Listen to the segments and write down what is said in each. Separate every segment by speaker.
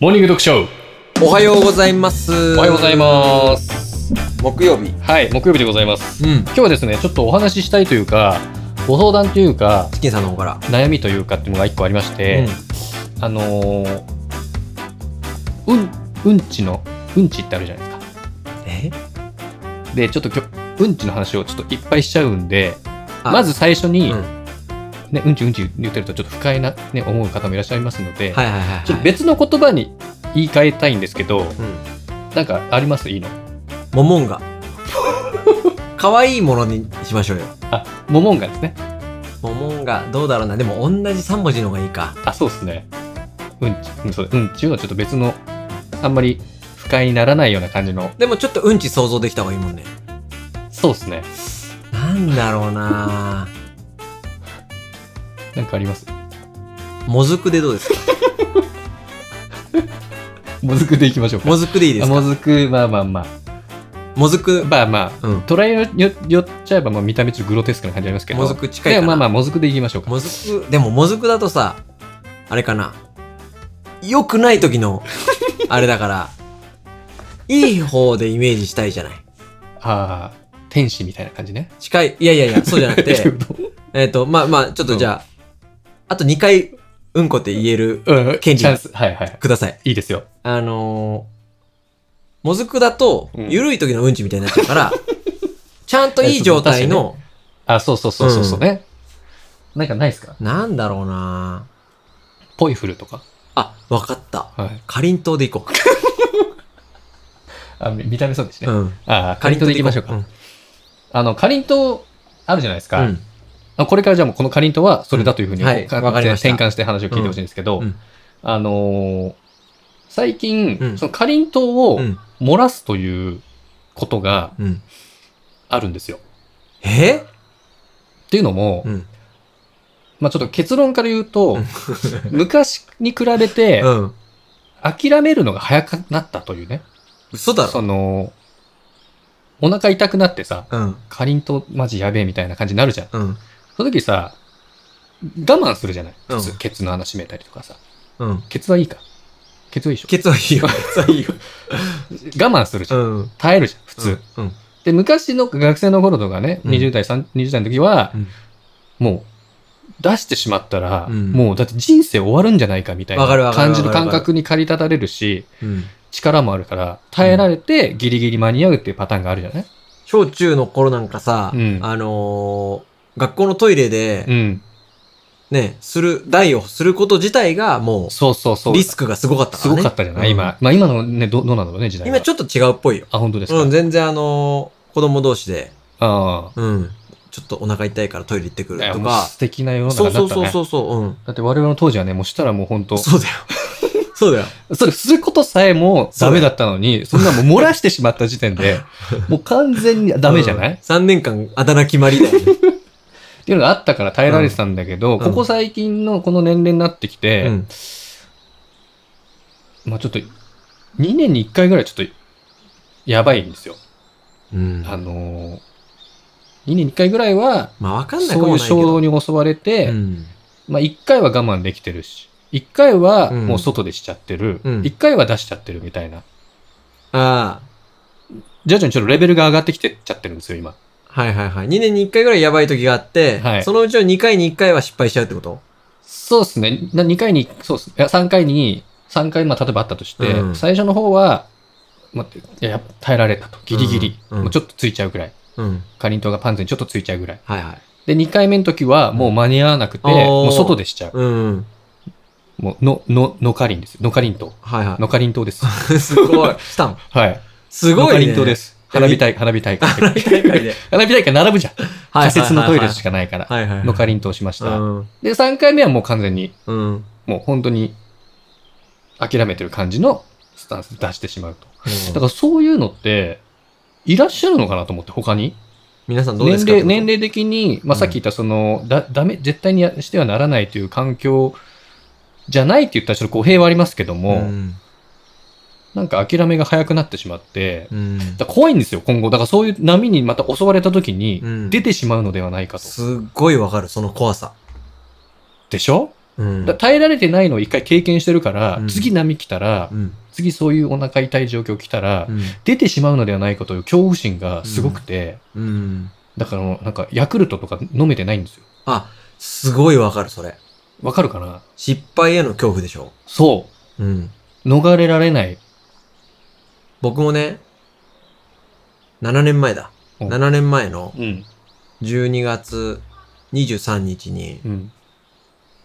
Speaker 1: モーニング読書
Speaker 2: おはようございます。
Speaker 1: おはようございます。
Speaker 2: す。木曜日。
Speaker 1: はい、木曜日でございます。
Speaker 2: うん。
Speaker 1: 今日はですね、ちょっとお話ししたいというか、ご相談というか、
Speaker 2: チキンさんの方から。
Speaker 1: 悩みというかっていうのが一個ありまして、あのー、うん、うんちの、うんちってあるじゃないですか。
Speaker 2: え
Speaker 1: で、ちょっときょうんちの話をちょっといっぱいしちゃうんで、
Speaker 2: あ
Speaker 1: まず最初に、
Speaker 2: うん
Speaker 1: ね、うんちうんち言ってるとちょっと不快な、ね、思う方もいらっしゃいますので、
Speaker 2: はいはいはい、はい。
Speaker 1: ちょっと別の言葉に言い換えたいんですけど、
Speaker 2: うん。
Speaker 1: なんかありますいいの
Speaker 2: モモンガ。可愛いものにしましょうよ。
Speaker 1: あ、モモンガですね。
Speaker 2: モモンガ、どうだろうな。でも同じ3文字の方がいいか。
Speaker 1: あ、そうですね。うんち、うん、そううんちゅうのはちょっと別の、あんまり不快にならないような感じの、
Speaker 2: でもちょっとうんち想像できた方がいいもんね。
Speaker 1: そうですね。
Speaker 2: なんだろう な
Speaker 1: なんかあります
Speaker 2: もずくでどうですか
Speaker 1: もずくでいきましょうか。
Speaker 2: もずくでいいです
Speaker 1: あも
Speaker 2: か
Speaker 1: ずく、まあまあま
Speaker 2: もず
Speaker 1: あ。
Speaker 2: く、
Speaker 1: まあま
Speaker 2: うん
Speaker 1: あ。。トライよよっちゃえば、まあ見た目ちょっとグロテスクな感じありますけど。
Speaker 2: もずく近い
Speaker 1: で
Speaker 2: かな。
Speaker 1: まあまあ、もずくでいきましょうか。
Speaker 2: もずく、でももずくだとさ、あれかな。良くない時 の、あれだから、いい方でイメージしたいじゃない。
Speaker 1: ああ、天使みたいな感じね。
Speaker 2: 近い、いやいやいや、そうじゃなく
Speaker 1: どうい
Speaker 2: て、
Speaker 1: うこと
Speaker 2: えっと、まあまあ、ちょっとじゃあ、あと2回、うんこって言える、
Speaker 1: うん、
Speaker 2: 権利
Speaker 1: チャンス。はいはい。
Speaker 2: ください。
Speaker 1: いいですよ。
Speaker 2: あのー、もずくだと、
Speaker 1: うん
Speaker 2: ゆるい時のうんちみたいになっちゃう から、ちゃんといい状態の、
Speaker 1: あ、そうそうそうそうそうね。なんかないですか
Speaker 2: なんだろうな
Speaker 1: ポイフルとか。
Speaker 2: あ、わかった。
Speaker 1: はい。
Speaker 2: かりんとうでいこ
Speaker 1: あ、み見た目 そうです
Speaker 2: う。
Speaker 1: ね。
Speaker 2: うん。
Speaker 1: ああ、かりんとうでいきましょうか。
Speaker 2: ん
Speaker 1: あの、かりんとう、あるじゃないですか。
Speaker 2: うん。
Speaker 1: あこれからじゃあもうこのかりんとうはそれだというふうに、
Speaker 2: うんはい
Speaker 1: こう
Speaker 2: わかりました
Speaker 1: 転換して話を聞いてほしいんですけど、
Speaker 2: うんうん
Speaker 1: あのー最近、
Speaker 2: うん
Speaker 1: そのかりんとうを
Speaker 2: うん。
Speaker 1: 漏らすということが
Speaker 2: うん。
Speaker 1: あるんですよ。
Speaker 2: え
Speaker 1: っていうのも、
Speaker 2: ん。
Speaker 1: まあちょっと結論から言うと、
Speaker 2: うん
Speaker 1: 昔に比べて
Speaker 2: うん。
Speaker 1: 諦めるのが早くなったというね。
Speaker 2: 嘘だろ。
Speaker 1: その、お腹痛くなってさ、
Speaker 2: うん。
Speaker 1: かりんとうマジやべえみたいな感じになるじゃん。
Speaker 2: うん。
Speaker 1: その時さ、我慢するじゃない普通、
Speaker 2: うん
Speaker 1: ケツの穴閉めたりとかさ。
Speaker 2: うん。
Speaker 1: ケツはいいか。ケツはいいでしょ
Speaker 2: ケツはいいよ。ケツはいいよ。
Speaker 1: 我慢するじゃん。
Speaker 2: うん。
Speaker 1: 耐えるじゃん、普通。。
Speaker 2: うん。
Speaker 1: で、昔の学生の頃とかね、
Speaker 2: うん
Speaker 1: 20代、3 20代の時は、
Speaker 2: うん
Speaker 1: もう、出してしまったら、
Speaker 2: うん
Speaker 1: もう、だって人生終わるんじゃないかみたい
Speaker 2: わかる
Speaker 1: な
Speaker 2: わかるわか
Speaker 1: 感じ
Speaker 2: る
Speaker 1: の感覚に駆り立たれるし、
Speaker 2: うん。
Speaker 1: 力もあるから、耐えられてギリギリ間に合うっていうパターンがあるじゃない
Speaker 2: 小中の頃なんかさ、
Speaker 1: うん
Speaker 2: あのー学校のトイレで、
Speaker 1: うん。
Speaker 2: ね、する、台をすること自体がも、
Speaker 1: そうそうそうう。
Speaker 2: リスクがすごかったか
Speaker 1: す
Speaker 2: らね。
Speaker 1: ごかったじゃない、
Speaker 2: うん
Speaker 1: 今。。まあ今のね、どどうなんだろうね、時代は。
Speaker 2: 今ちょっと違うっぽいよ。
Speaker 1: あ、本当ですか。
Speaker 2: うん、全然あのー子供同士で、
Speaker 1: ああ。
Speaker 2: うん、ちょっとお腹痛いからトイレ行ってくる
Speaker 1: いや
Speaker 2: と
Speaker 1: もう
Speaker 2: か。
Speaker 1: 素敵な世の中
Speaker 2: そう
Speaker 1: になった
Speaker 2: そ
Speaker 1: ね。
Speaker 2: うそうそうそう、うん。
Speaker 1: だって我々の当時はね、もうしたらもう本当
Speaker 2: そうだよ。そうだよ。
Speaker 1: それすることさえもダメだったのに、そんなもう漏らしてしまった時点 で、もう完全にダメじゃない、っ
Speaker 2: ?3 年間あだ名決まりだよ ね。
Speaker 1: ていうのがあったから耐えられてたんだけど、
Speaker 2: ん
Speaker 1: ここ最近のこの年齢になってきて、
Speaker 2: うん。
Speaker 1: まあちょっと、2年に1回ぐらいちょっと、やばいんですよ。
Speaker 2: うん。
Speaker 1: あのー、2年に1回ぐらいは、
Speaker 2: まあわかんないか
Speaker 1: そうい
Speaker 2: も
Speaker 1: う
Speaker 2: ないけど。
Speaker 1: 衝動に襲われて、
Speaker 2: うん。
Speaker 1: まあ1回は我慢できてるし、1回は
Speaker 2: うん
Speaker 1: もう外でしちゃってる、
Speaker 2: うん
Speaker 1: 1回は出しちゃってるみたいな。
Speaker 2: あ
Speaker 1: 徐々にちょっとレベルが上がってきてっちゃってるんですよ、今。
Speaker 2: あ。はいはいはい。2年に1回ぐらいやばい時があって、
Speaker 1: はい
Speaker 2: そのうちの2回に1回は失敗しちゃうってこと
Speaker 1: そうですね。な2回に、そうっす。いや、3回に、3回、まあ、例えばあったとして、
Speaker 2: うん
Speaker 1: 最初の方は、待って、いや、やっぱ耐えられたと。ギリギリ。
Speaker 2: うんうん
Speaker 1: もうちょっとついちゃうぐらい。
Speaker 2: うん。
Speaker 1: かりんとうがパンツにちょっとついちゃうぐらい。
Speaker 2: はいはい。
Speaker 1: で、2回目の時は、もう間に合わなくて、
Speaker 2: うん
Speaker 1: もう外でしちゃう。
Speaker 2: うん。
Speaker 1: もう、の、の、のかりんです。のかりんと
Speaker 2: はいは
Speaker 1: う。のかりんとうです。
Speaker 2: い。 すご い。来たの。
Speaker 1: はい。
Speaker 2: す
Speaker 1: の
Speaker 2: ごい、ね。。
Speaker 1: かりんとうですす。花火大会、花火大会。 花
Speaker 2: 大会で。
Speaker 1: 火大会並ぶじゃん。
Speaker 2: はいはいはいは
Speaker 1: 仮
Speaker 2: い
Speaker 1: 設のトイレしかないから。
Speaker 2: はいはいはい。
Speaker 1: のかりんとうしまし
Speaker 2: う
Speaker 1: た。
Speaker 2: ん。
Speaker 1: で、3回目はもう完全に
Speaker 2: うん。
Speaker 1: もう本当に諦めてる感じのスタンスで出してしまうと。だからそういうのって、いらっしゃるのかなと思って、他に。
Speaker 2: 皆さんどうで
Speaker 1: 年
Speaker 2: すか
Speaker 1: 齢、年齢的に、まあ、さっき言ったその、だ、ダメ、絶対にやしてはならないという環境じゃないって言ったらちょっと語弊はありますけども、
Speaker 2: うん。
Speaker 1: なんか諦めが早くなってしまって、
Speaker 2: うん。
Speaker 1: だから怖いんですよ、今後。だからそういう波にまた襲われた時に
Speaker 2: う、ん
Speaker 1: 出てしまうのではないかと。
Speaker 2: すっごいわかる、その怖さ。
Speaker 1: でしょ
Speaker 2: うん。
Speaker 1: だ耐えられてないのを一回経験してるから、
Speaker 2: うん
Speaker 1: 次波来たら、
Speaker 2: うん。
Speaker 1: 次そういうお腹痛い状況来たら、
Speaker 2: うん
Speaker 1: 出てしまうのではないかという恐怖心がすごくて、
Speaker 2: うん。
Speaker 1: だからもうなんかヤクルトとか飲めてないんですよ。
Speaker 2: すごいわかる、それ。
Speaker 1: わかるかな
Speaker 2: 失敗への恐怖でしょ。
Speaker 1: そ
Speaker 2: うん。
Speaker 1: う。逃れられない。
Speaker 2: 僕もね、7年前だ。
Speaker 1: うん
Speaker 2: 7年前の
Speaker 1: うん。
Speaker 2: 12月23日に、
Speaker 1: うん。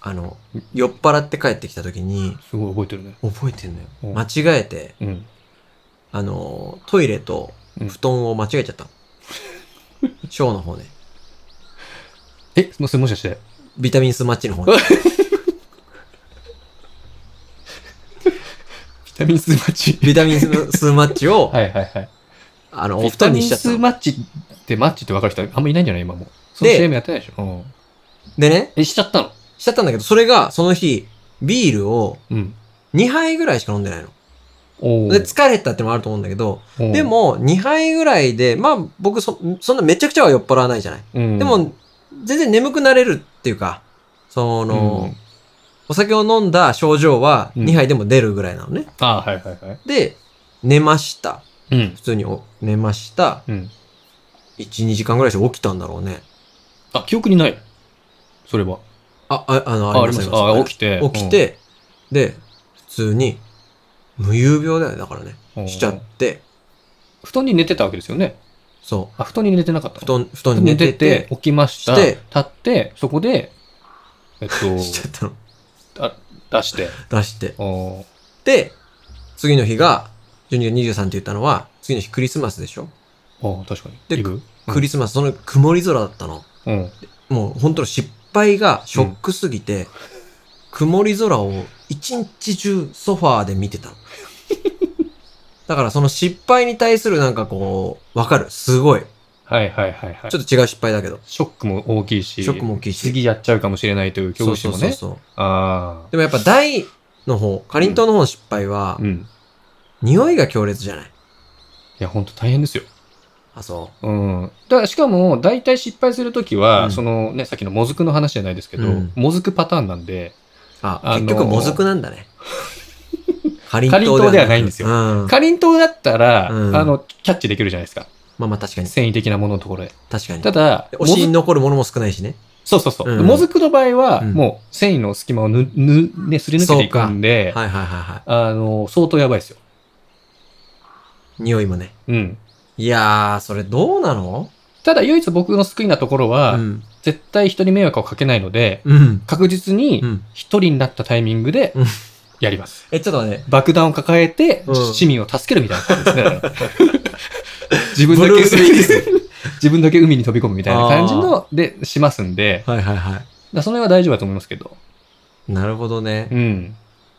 Speaker 2: あの、酔っ払って帰ってきた時に、
Speaker 1: すごい覚えてるね。
Speaker 2: 覚えてんのよ
Speaker 1: うん。
Speaker 2: 間違えて、
Speaker 1: うん。
Speaker 2: あの、トイレと
Speaker 1: うん
Speaker 2: 布団を間違えちゃったの。ショーの方ね。
Speaker 1: え、すいません、もしかして。
Speaker 2: ビタミンスマッチの方ね。
Speaker 1: ビタミンスマッチ。
Speaker 2: ビタミンスマッチを、
Speaker 1: はいはいはい。
Speaker 2: あの、お
Speaker 1: ビ
Speaker 2: 布
Speaker 1: タ
Speaker 2: 団
Speaker 1: ミ
Speaker 2: に
Speaker 1: ン
Speaker 2: しちゃった
Speaker 1: ス
Speaker 2: の。
Speaker 1: マッチってマッチってわかる人あんまいないんじゃない今もう。その
Speaker 2: で
Speaker 1: CM やってないでしょ。うん。
Speaker 2: でね、
Speaker 1: え、しちゃったの
Speaker 2: しちゃったんだけど、それが、その日、ビールを
Speaker 1: うん。
Speaker 2: 2杯ぐらいしか飲んでないの。
Speaker 1: お
Speaker 2: で、疲れたってのもあると思うんだけど、
Speaker 1: お
Speaker 2: で、も、2杯ぐらいで、まあ、僕そ、そんなめちゃくちゃは酔っ払わないじゃない。
Speaker 1: うん
Speaker 2: で、も、全然眠くなれるっていうか、その、
Speaker 1: うん
Speaker 2: お酒を飲んだ症状は
Speaker 1: うん
Speaker 2: 2杯でも出るぐらいなのね。
Speaker 1: あはいはいはい。
Speaker 2: で、寝ました。
Speaker 1: うん。
Speaker 2: 普通にお寝ました。
Speaker 1: うん。
Speaker 2: 1、2時間ぐらいして起きたんだろうね。
Speaker 1: あ、記憶にない。それは。
Speaker 2: あ、あ、あの、
Speaker 1: あ、あ
Speaker 2: あ
Speaker 1: り
Speaker 2: り
Speaker 1: ま
Speaker 2: ますす
Speaker 1: あ、起きて。
Speaker 2: 起きて、で、普通に、無遊病だよね、だからね。
Speaker 1: うん、
Speaker 2: しちゃ
Speaker 1: うん
Speaker 2: って、
Speaker 1: 布団に寝てたわけですよね。
Speaker 2: そ
Speaker 1: あ、布団に寝てなかった
Speaker 2: う、布
Speaker 1: の
Speaker 2: 団、布団に
Speaker 1: 寝
Speaker 2: 寝
Speaker 1: て
Speaker 2: て
Speaker 1: て
Speaker 2: て、、
Speaker 1: 起きました。
Speaker 2: して
Speaker 1: 立って、そこで、えっ
Speaker 2: し ちゃったの。
Speaker 1: と、出して。
Speaker 2: 出して。
Speaker 1: お
Speaker 2: で、次の日が、12月23って言ったのは、次の日クリスマスでしょ、
Speaker 1: お確かに。
Speaker 2: で
Speaker 1: イブ
Speaker 2: クリスマス、その曇り空だったの。
Speaker 1: うん。
Speaker 2: もう本当の失敗がショックすぎて、曇り空を一日中ソファーで見てたの。だからその失敗に対するなんかこう、わかる。すごい。
Speaker 1: はいはいはいはい。
Speaker 2: ちょっと違う失敗だけど。
Speaker 1: ショックも大きいし、
Speaker 2: ショックも大きいし
Speaker 1: 次やっちゃうかもしれないという恐怖心もね。
Speaker 2: そうそうそう
Speaker 1: あ
Speaker 2: でもやっぱ大の方、かりんとうの方の失敗は
Speaker 1: あ。う、ん。
Speaker 2: 匂いが強烈じゃな
Speaker 1: い
Speaker 2: い
Speaker 1: や、ほんと大変ですよ。
Speaker 2: あ、そ
Speaker 1: うん。だからしかも、大体失敗するときは、
Speaker 2: うん
Speaker 1: そのね、さっきのもずくの話じゃないですけど、
Speaker 2: うん
Speaker 1: もずくパターンなんで、
Speaker 2: う。あ、
Speaker 1: あのー
Speaker 2: 結局もずくなん だね。かり
Speaker 1: かりんとうではないんですよ
Speaker 2: うん。
Speaker 1: かりんとうだったら、
Speaker 2: うん
Speaker 1: あの、キャッチできるじゃないですか。
Speaker 2: まあまあ確かに。
Speaker 1: 繊維的なもののところで。
Speaker 2: 確かに
Speaker 1: た。だ、
Speaker 2: お尻
Speaker 1: も
Speaker 2: に
Speaker 1: ず
Speaker 2: 残るものも少ないしね。
Speaker 1: そうそうそう。
Speaker 2: うん
Speaker 1: もずくの場合は、
Speaker 2: うん
Speaker 1: もう繊維の隙間をぬ、ぬ、ね、すり抜けていくんで、
Speaker 2: はいはいはいは
Speaker 1: あの、相当やばいですよ。
Speaker 2: い。匂いもね。
Speaker 1: うん。
Speaker 2: いやー、それどうなの
Speaker 1: ただ、唯一僕の救いなところは、
Speaker 2: うん。
Speaker 1: 絶対人に迷惑をかけないので、
Speaker 2: うん。
Speaker 1: 確実に
Speaker 2: うん。
Speaker 1: 一人になったタイミングで
Speaker 2: うん、
Speaker 1: やります。
Speaker 2: え、ちょっとね、
Speaker 1: 爆弾を抱えて、
Speaker 2: うん
Speaker 1: 市民を助けるみたいな感じですね。 自分
Speaker 2: ブ
Speaker 1: だ
Speaker 2: ルース・ウィリ
Speaker 1: け、
Speaker 2: ス。
Speaker 1: 自分だけ海に飛び込むみたいな感じの、で、しますんで、だか
Speaker 2: はいはいは
Speaker 1: らその辺は大丈夫だと思いますけど。
Speaker 2: い。なるほどね
Speaker 1: う。ん。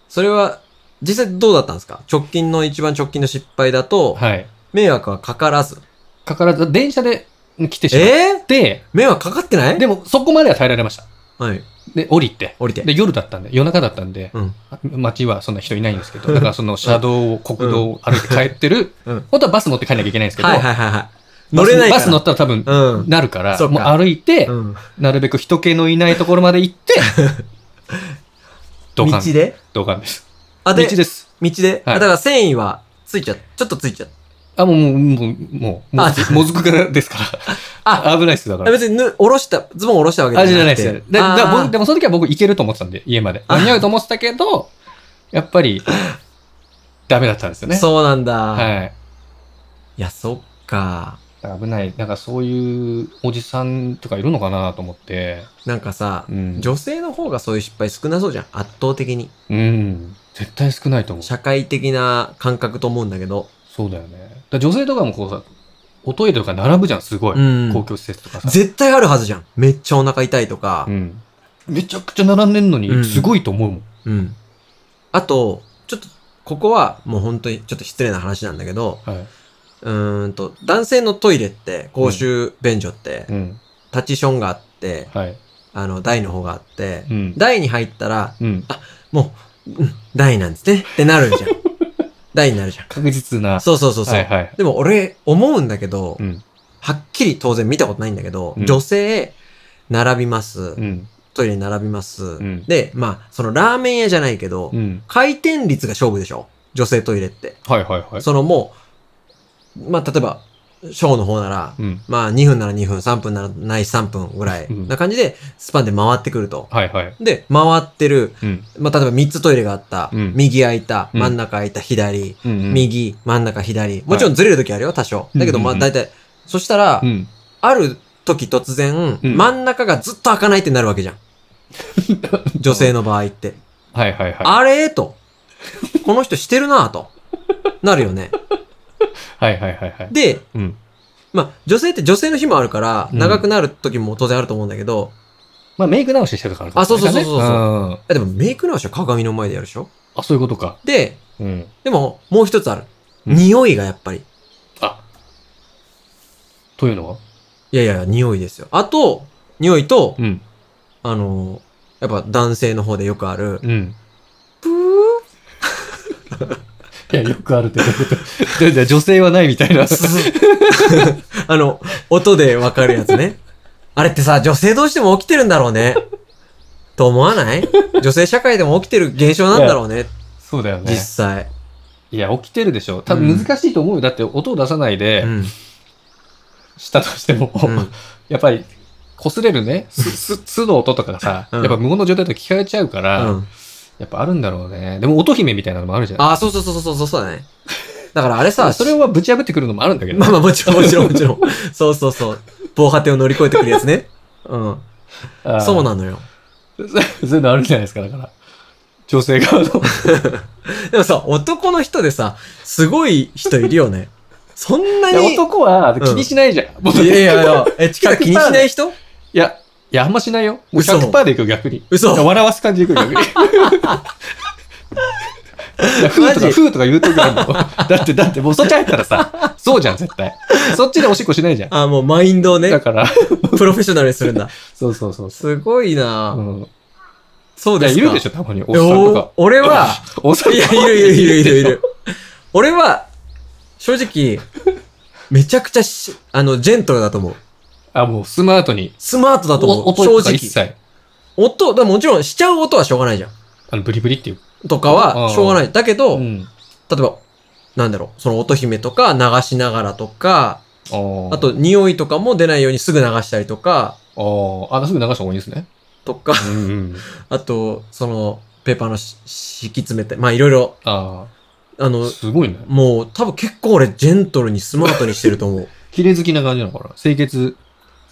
Speaker 2: それは、実際どうだったんですか直近の、一番直近の失敗だと、
Speaker 1: はい。
Speaker 2: 迷惑はかからず。
Speaker 1: かからず、電車で来てしまっ
Speaker 2: えー
Speaker 1: て、
Speaker 2: 迷惑かかってない
Speaker 1: でもそこまでは耐えられました。
Speaker 2: はい。
Speaker 1: で、降りて。
Speaker 2: 降りて。
Speaker 1: で、夜だったんで、夜中だったんで、
Speaker 2: うん
Speaker 1: 街はそんな人いないんですけど、だからその車道を、国道を歩いて帰ってる、
Speaker 2: うん
Speaker 1: 本当はバス乗って帰んなきゃいけないんですけど、
Speaker 2: はいはいはいはい。乗れないから。
Speaker 1: バス乗ったら多分、
Speaker 2: うん。
Speaker 1: なるから、
Speaker 2: そっ
Speaker 1: もう
Speaker 2: か
Speaker 1: 歩いて、
Speaker 2: うん。
Speaker 1: なるべく人気のいないところまで行って、ドカン。
Speaker 2: 道で
Speaker 1: ドカンです。
Speaker 2: あ、
Speaker 1: 道
Speaker 2: で、
Speaker 1: です。
Speaker 2: 道で。あ
Speaker 1: はい
Speaker 2: だから繊維はついちゃっちょっとついちゃっ
Speaker 1: あ、もう、もう、もう、もう、も
Speaker 2: あ
Speaker 1: ずもずくからですから。
Speaker 2: あ
Speaker 1: 危ないです、だか
Speaker 2: た。
Speaker 1: ら。
Speaker 2: あ別にぬ、下ろした、ズボン下ろしたわけ
Speaker 1: あ、じ
Speaker 2: じ
Speaker 1: ゃ
Speaker 2: ゃ
Speaker 1: な
Speaker 2: ないくて。
Speaker 1: です。でだ僕で
Speaker 2: も、
Speaker 1: も、その時は僕行けると思ってたんで、家まで。間に合うと思ってたけど、やっぱり、ダメだったんですよね。
Speaker 2: そうなんだ。
Speaker 1: はい。
Speaker 2: いや、そっか。
Speaker 1: だから危ない。なんかそういうおじさんとかいるのかなと思って。
Speaker 2: なんかさ
Speaker 1: う、ん。
Speaker 2: 女性の方がそういう失敗少なそうじゃん。圧倒的に。
Speaker 1: うん。絶対少ないと思う。
Speaker 2: 社会的な感覚と思うんだけど。
Speaker 1: そうだよね。だから女性とかもこうさ、おトイレとか並ぶじゃん、すごい。
Speaker 2: うん
Speaker 1: 公共施設とかさ。
Speaker 2: 絶対あるはずじゃん。めっちゃお腹痛いとか
Speaker 1: う。ん。めちゃくちゃ並んでんの
Speaker 2: う
Speaker 1: に、
Speaker 2: ん
Speaker 1: すごいと思うもん。
Speaker 2: うん。あと、ちょっと、ここはもう本当にちょっと失礼な話なんだけど、
Speaker 1: はい。
Speaker 2: うーんと、男性のトイレって、公衆便所って、
Speaker 1: うん。
Speaker 2: タッチションがあって、
Speaker 1: はい。
Speaker 2: あの、台の方があって、
Speaker 1: うん。
Speaker 2: 台に入ったら、
Speaker 1: うん。
Speaker 2: もう、うん、台なんですねってなる じゃん。台になるじゃん。
Speaker 1: 確実な。
Speaker 2: そうそうそうそう。
Speaker 1: はいはい。
Speaker 2: でも俺、思うんだけど、
Speaker 1: うん。
Speaker 2: はっきり当然見たことないんだけど、
Speaker 1: うん
Speaker 2: 女性、並びます、
Speaker 1: うん。
Speaker 2: トイレに並びます。
Speaker 1: ん
Speaker 2: で、まあ、そのラーメン屋じゃないけど、
Speaker 1: うん。
Speaker 2: 回転率が勝負でしょ女性トイレって。
Speaker 1: はいはいはい。
Speaker 2: そのもう、まあ、例えば、ショーの方なら、
Speaker 1: うん。
Speaker 2: まあ、2分なら2分、3分ならない3分ぐらい
Speaker 1: うん
Speaker 2: な感じで、スパンで回ってくると。
Speaker 1: はいはい。
Speaker 2: で、回ってる、
Speaker 1: うん。
Speaker 2: まあ、例えば3つトイレがあった、
Speaker 1: うん
Speaker 2: 右空いた、
Speaker 1: うん
Speaker 2: 真ん中空いた、左、
Speaker 1: うんうん。
Speaker 2: 右、真ん中、左。もちろんずれる時あるよ、多少。だけど、ま
Speaker 1: う
Speaker 2: あ、
Speaker 1: んうんう
Speaker 2: 大体。そしたら
Speaker 1: う、ん。
Speaker 2: ある時突然、
Speaker 1: うん
Speaker 2: 真ん中がずっと開かないってなるわ けじゃん。女性の場合って。
Speaker 1: はいはいはい。
Speaker 2: あれと。この人してるなぁと。なるよね。
Speaker 1: はいはいはいはい。
Speaker 2: で、
Speaker 1: うん。
Speaker 2: まあ、女性って女性の日もあるから、
Speaker 1: うん
Speaker 2: 長くなる時も当然あると思うんだけど、
Speaker 1: まあメイク直ししてるから
Speaker 2: あそうそうそうそうそう
Speaker 1: うん。
Speaker 2: えでもメイク直しは鏡の前でやるでしょ
Speaker 1: あ、そういうことか。
Speaker 2: で、
Speaker 1: うん。
Speaker 2: でも、もう一つある。
Speaker 1: うん
Speaker 2: 匂いがやっぱり。
Speaker 1: あ。というのはい
Speaker 2: やいや、匂いですよ。あと、匂いと、
Speaker 1: うん。
Speaker 2: あのー、やっぱ男性の方でよく ある、
Speaker 1: うん。
Speaker 2: プー
Speaker 1: いや、よくあるってどういうこと。でで女性はないみたいな。
Speaker 2: ススあの、音でわかるやつね。あれってさ、女性どうしても起きてるんだろうね。と思わない女性社会でも起きてる現象なんだろうね、
Speaker 1: そうだよね
Speaker 2: 実。際。
Speaker 1: いや、起きてるでしょ。多分
Speaker 2: うん
Speaker 1: 難しいと思うよ。だって音を出さないうで、
Speaker 2: ん。
Speaker 1: したとしても、
Speaker 2: うん
Speaker 1: やっぱり、擦れるね、す、す、 すの音とかがさ、
Speaker 2: うん
Speaker 1: やっぱ無音の状態と聞かれちゃうから、
Speaker 2: うん。
Speaker 1: やっぱあるんだろうね。でも音姫みたいなのもあるじゃん。
Speaker 2: あ、そうそうそうそうそうそうだね。だからあれ
Speaker 1: さあ、
Speaker 2: さ、
Speaker 1: それはぶち破ってくるのもあるんだけど。
Speaker 2: まあまあもちろんもちろんもちろん。そうそうそう。防波堤を乗り越えてくるやつね。うん。
Speaker 1: あー
Speaker 2: そうなのよ。
Speaker 1: そういうのあるじゃないですか、だから。女性側の。
Speaker 2: でもさ、男の人でさ、すごい人いるよね。そんない
Speaker 1: や
Speaker 2: に。
Speaker 1: 男は気にしないじゃん。もう
Speaker 2: いやいやいや、え、チキさん
Speaker 1: 100%
Speaker 2: 気にしない 人
Speaker 1: いや、いや、あんましないよ。もう
Speaker 2: 嘘
Speaker 1: 100%でいくよ、逆に。い
Speaker 2: 嘘
Speaker 1: や笑わす感じでいくよ、逆 に。いやふーと
Speaker 2: マ
Speaker 1: か、
Speaker 2: ジ
Speaker 1: ふーとか言うとくよ、もうだって、だって、もうそっち入ったらさ、そうじゃん、絶対。そっちでおしっこしないじゃん。
Speaker 2: あ、もうマインドを
Speaker 1: だ
Speaker 2: ね、
Speaker 1: から、
Speaker 2: プロフェッショナルにするんだ。
Speaker 1: そうそうそう。
Speaker 2: すごいな、
Speaker 1: うん。
Speaker 2: そう
Speaker 1: いや、
Speaker 2: です
Speaker 1: い
Speaker 2: か。
Speaker 1: るでし
Speaker 2: ょ
Speaker 1: ょ、たまに。おっさんとか。
Speaker 2: 俺は、
Speaker 1: おっさん
Speaker 2: い
Speaker 1: と
Speaker 2: や、
Speaker 1: か。
Speaker 2: いるいるいるいるいる。俺は、正直、めちゃくちゃし、あの、ジェントルだと思う。
Speaker 1: あ、もうスマートに。
Speaker 2: スマートだと
Speaker 1: お
Speaker 2: 思う。
Speaker 1: 音
Speaker 2: 正
Speaker 1: とか一
Speaker 2: 直。
Speaker 1: 切。
Speaker 2: 音、だもちろんしちゃう音はしょうがないじゃん。
Speaker 1: あの、ブリブリっていう。
Speaker 2: とか
Speaker 1: う
Speaker 2: は、
Speaker 1: ん
Speaker 2: しょうがない。だけど、例
Speaker 1: ん。
Speaker 2: えば、なんだろう、その音姫とか流しながらとか、
Speaker 1: あ
Speaker 2: あ、と匂いとかも出ないようにすぐ流したりとか、
Speaker 1: ああ、あ、すぐ流した方がいいですね。
Speaker 2: とか、
Speaker 1: うんうん。
Speaker 2: あと、その、ペーパーのし敷き詰めて、まあいろいろ、
Speaker 1: あ
Speaker 2: あ
Speaker 1: あ、
Speaker 2: の、
Speaker 1: すごいね。
Speaker 2: もう多分結構俺ジェントルにスマートにしてると思う。
Speaker 1: 綺麗好きな感じなのかな清潔。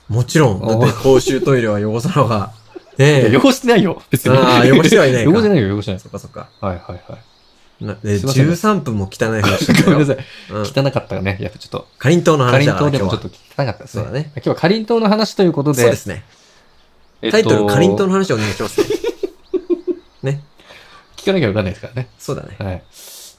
Speaker 2: もちろん、だって公衆トイレは汚さのが、ね
Speaker 1: い
Speaker 2: え
Speaker 1: や、、汚してないよ。別に。
Speaker 2: ああ汚してはいないか
Speaker 1: 汚してないよ、汚してない
Speaker 2: そっかそっか。
Speaker 1: はいはい
Speaker 2: なで
Speaker 1: すいません
Speaker 2: 13分も汚い話し
Speaker 1: はい。
Speaker 2: て
Speaker 1: ご
Speaker 2: た
Speaker 1: めんな
Speaker 2: よ。
Speaker 1: さい。
Speaker 2: うん
Speaker 1: 汚かったね。やっぱちょっと、
Speaker 2: かりんとうの
Speaker 1: か
Speaker 2: 話
Speaker 1: りん
Speaker 2: だか
Speaker 1: と
Speaker 2: ら
Speaker 1: うで
Speaker 2: 今
Speaker 1: も
Speaker 2: 日
Speaker 1: ちょっ。と
Speaker 2: は
Speaker 1: 汚かったですね。
Speaker 2: そうだね
Speaker 1: 今日はかりんとうの話ということで。
Speaker 2: そうですね。
Speaker 1: えっと
Speaker 2: タイトル、かりんとうの話お願いしますね。ね。
Speaker 1: 聞かなきゃわかんないですからね。
Speaker 2: そうだね。
Speaker 1: はい。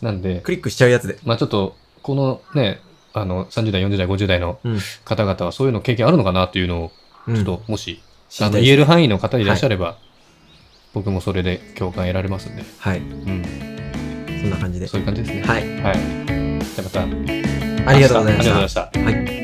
Speaker 1: なんで、
Speaker 2: クリックしちゃうやつで。
Speaker 1: まあちょっと、このね、あの、30代、40代、50代の
Speaker 2: うん
Speaker 1: 方々はそういうの経験あるのかなっていうのを、
Speaker 2: うん
Speaker 1: ちょっと、もし、
Speaker 2: 知
Speaker 1: あ
Speaker 2: り
Speaker 1: の
Speaker 2: た
Speaker 1: 言
Speaker 2: いで
Speaker 1: える範囲の方いらっしゃれば、僕もそれで共感得られますんで、
Speaker 2: すはい。
Speaker 1: うん、
Speaker 2: そんな感じで。
Speaker 1: そういう感じですね。
Speaker 2: はい。
Speaker 1: はい。じゃあまた。
Speaker 2: ありがとうござい
Speaker 1: 明日ありがとう
Speaker 2: まし
Speaker 1: ござい
Speaker 2: た
Speaker 1: ま。した。
Speaker 2: はい。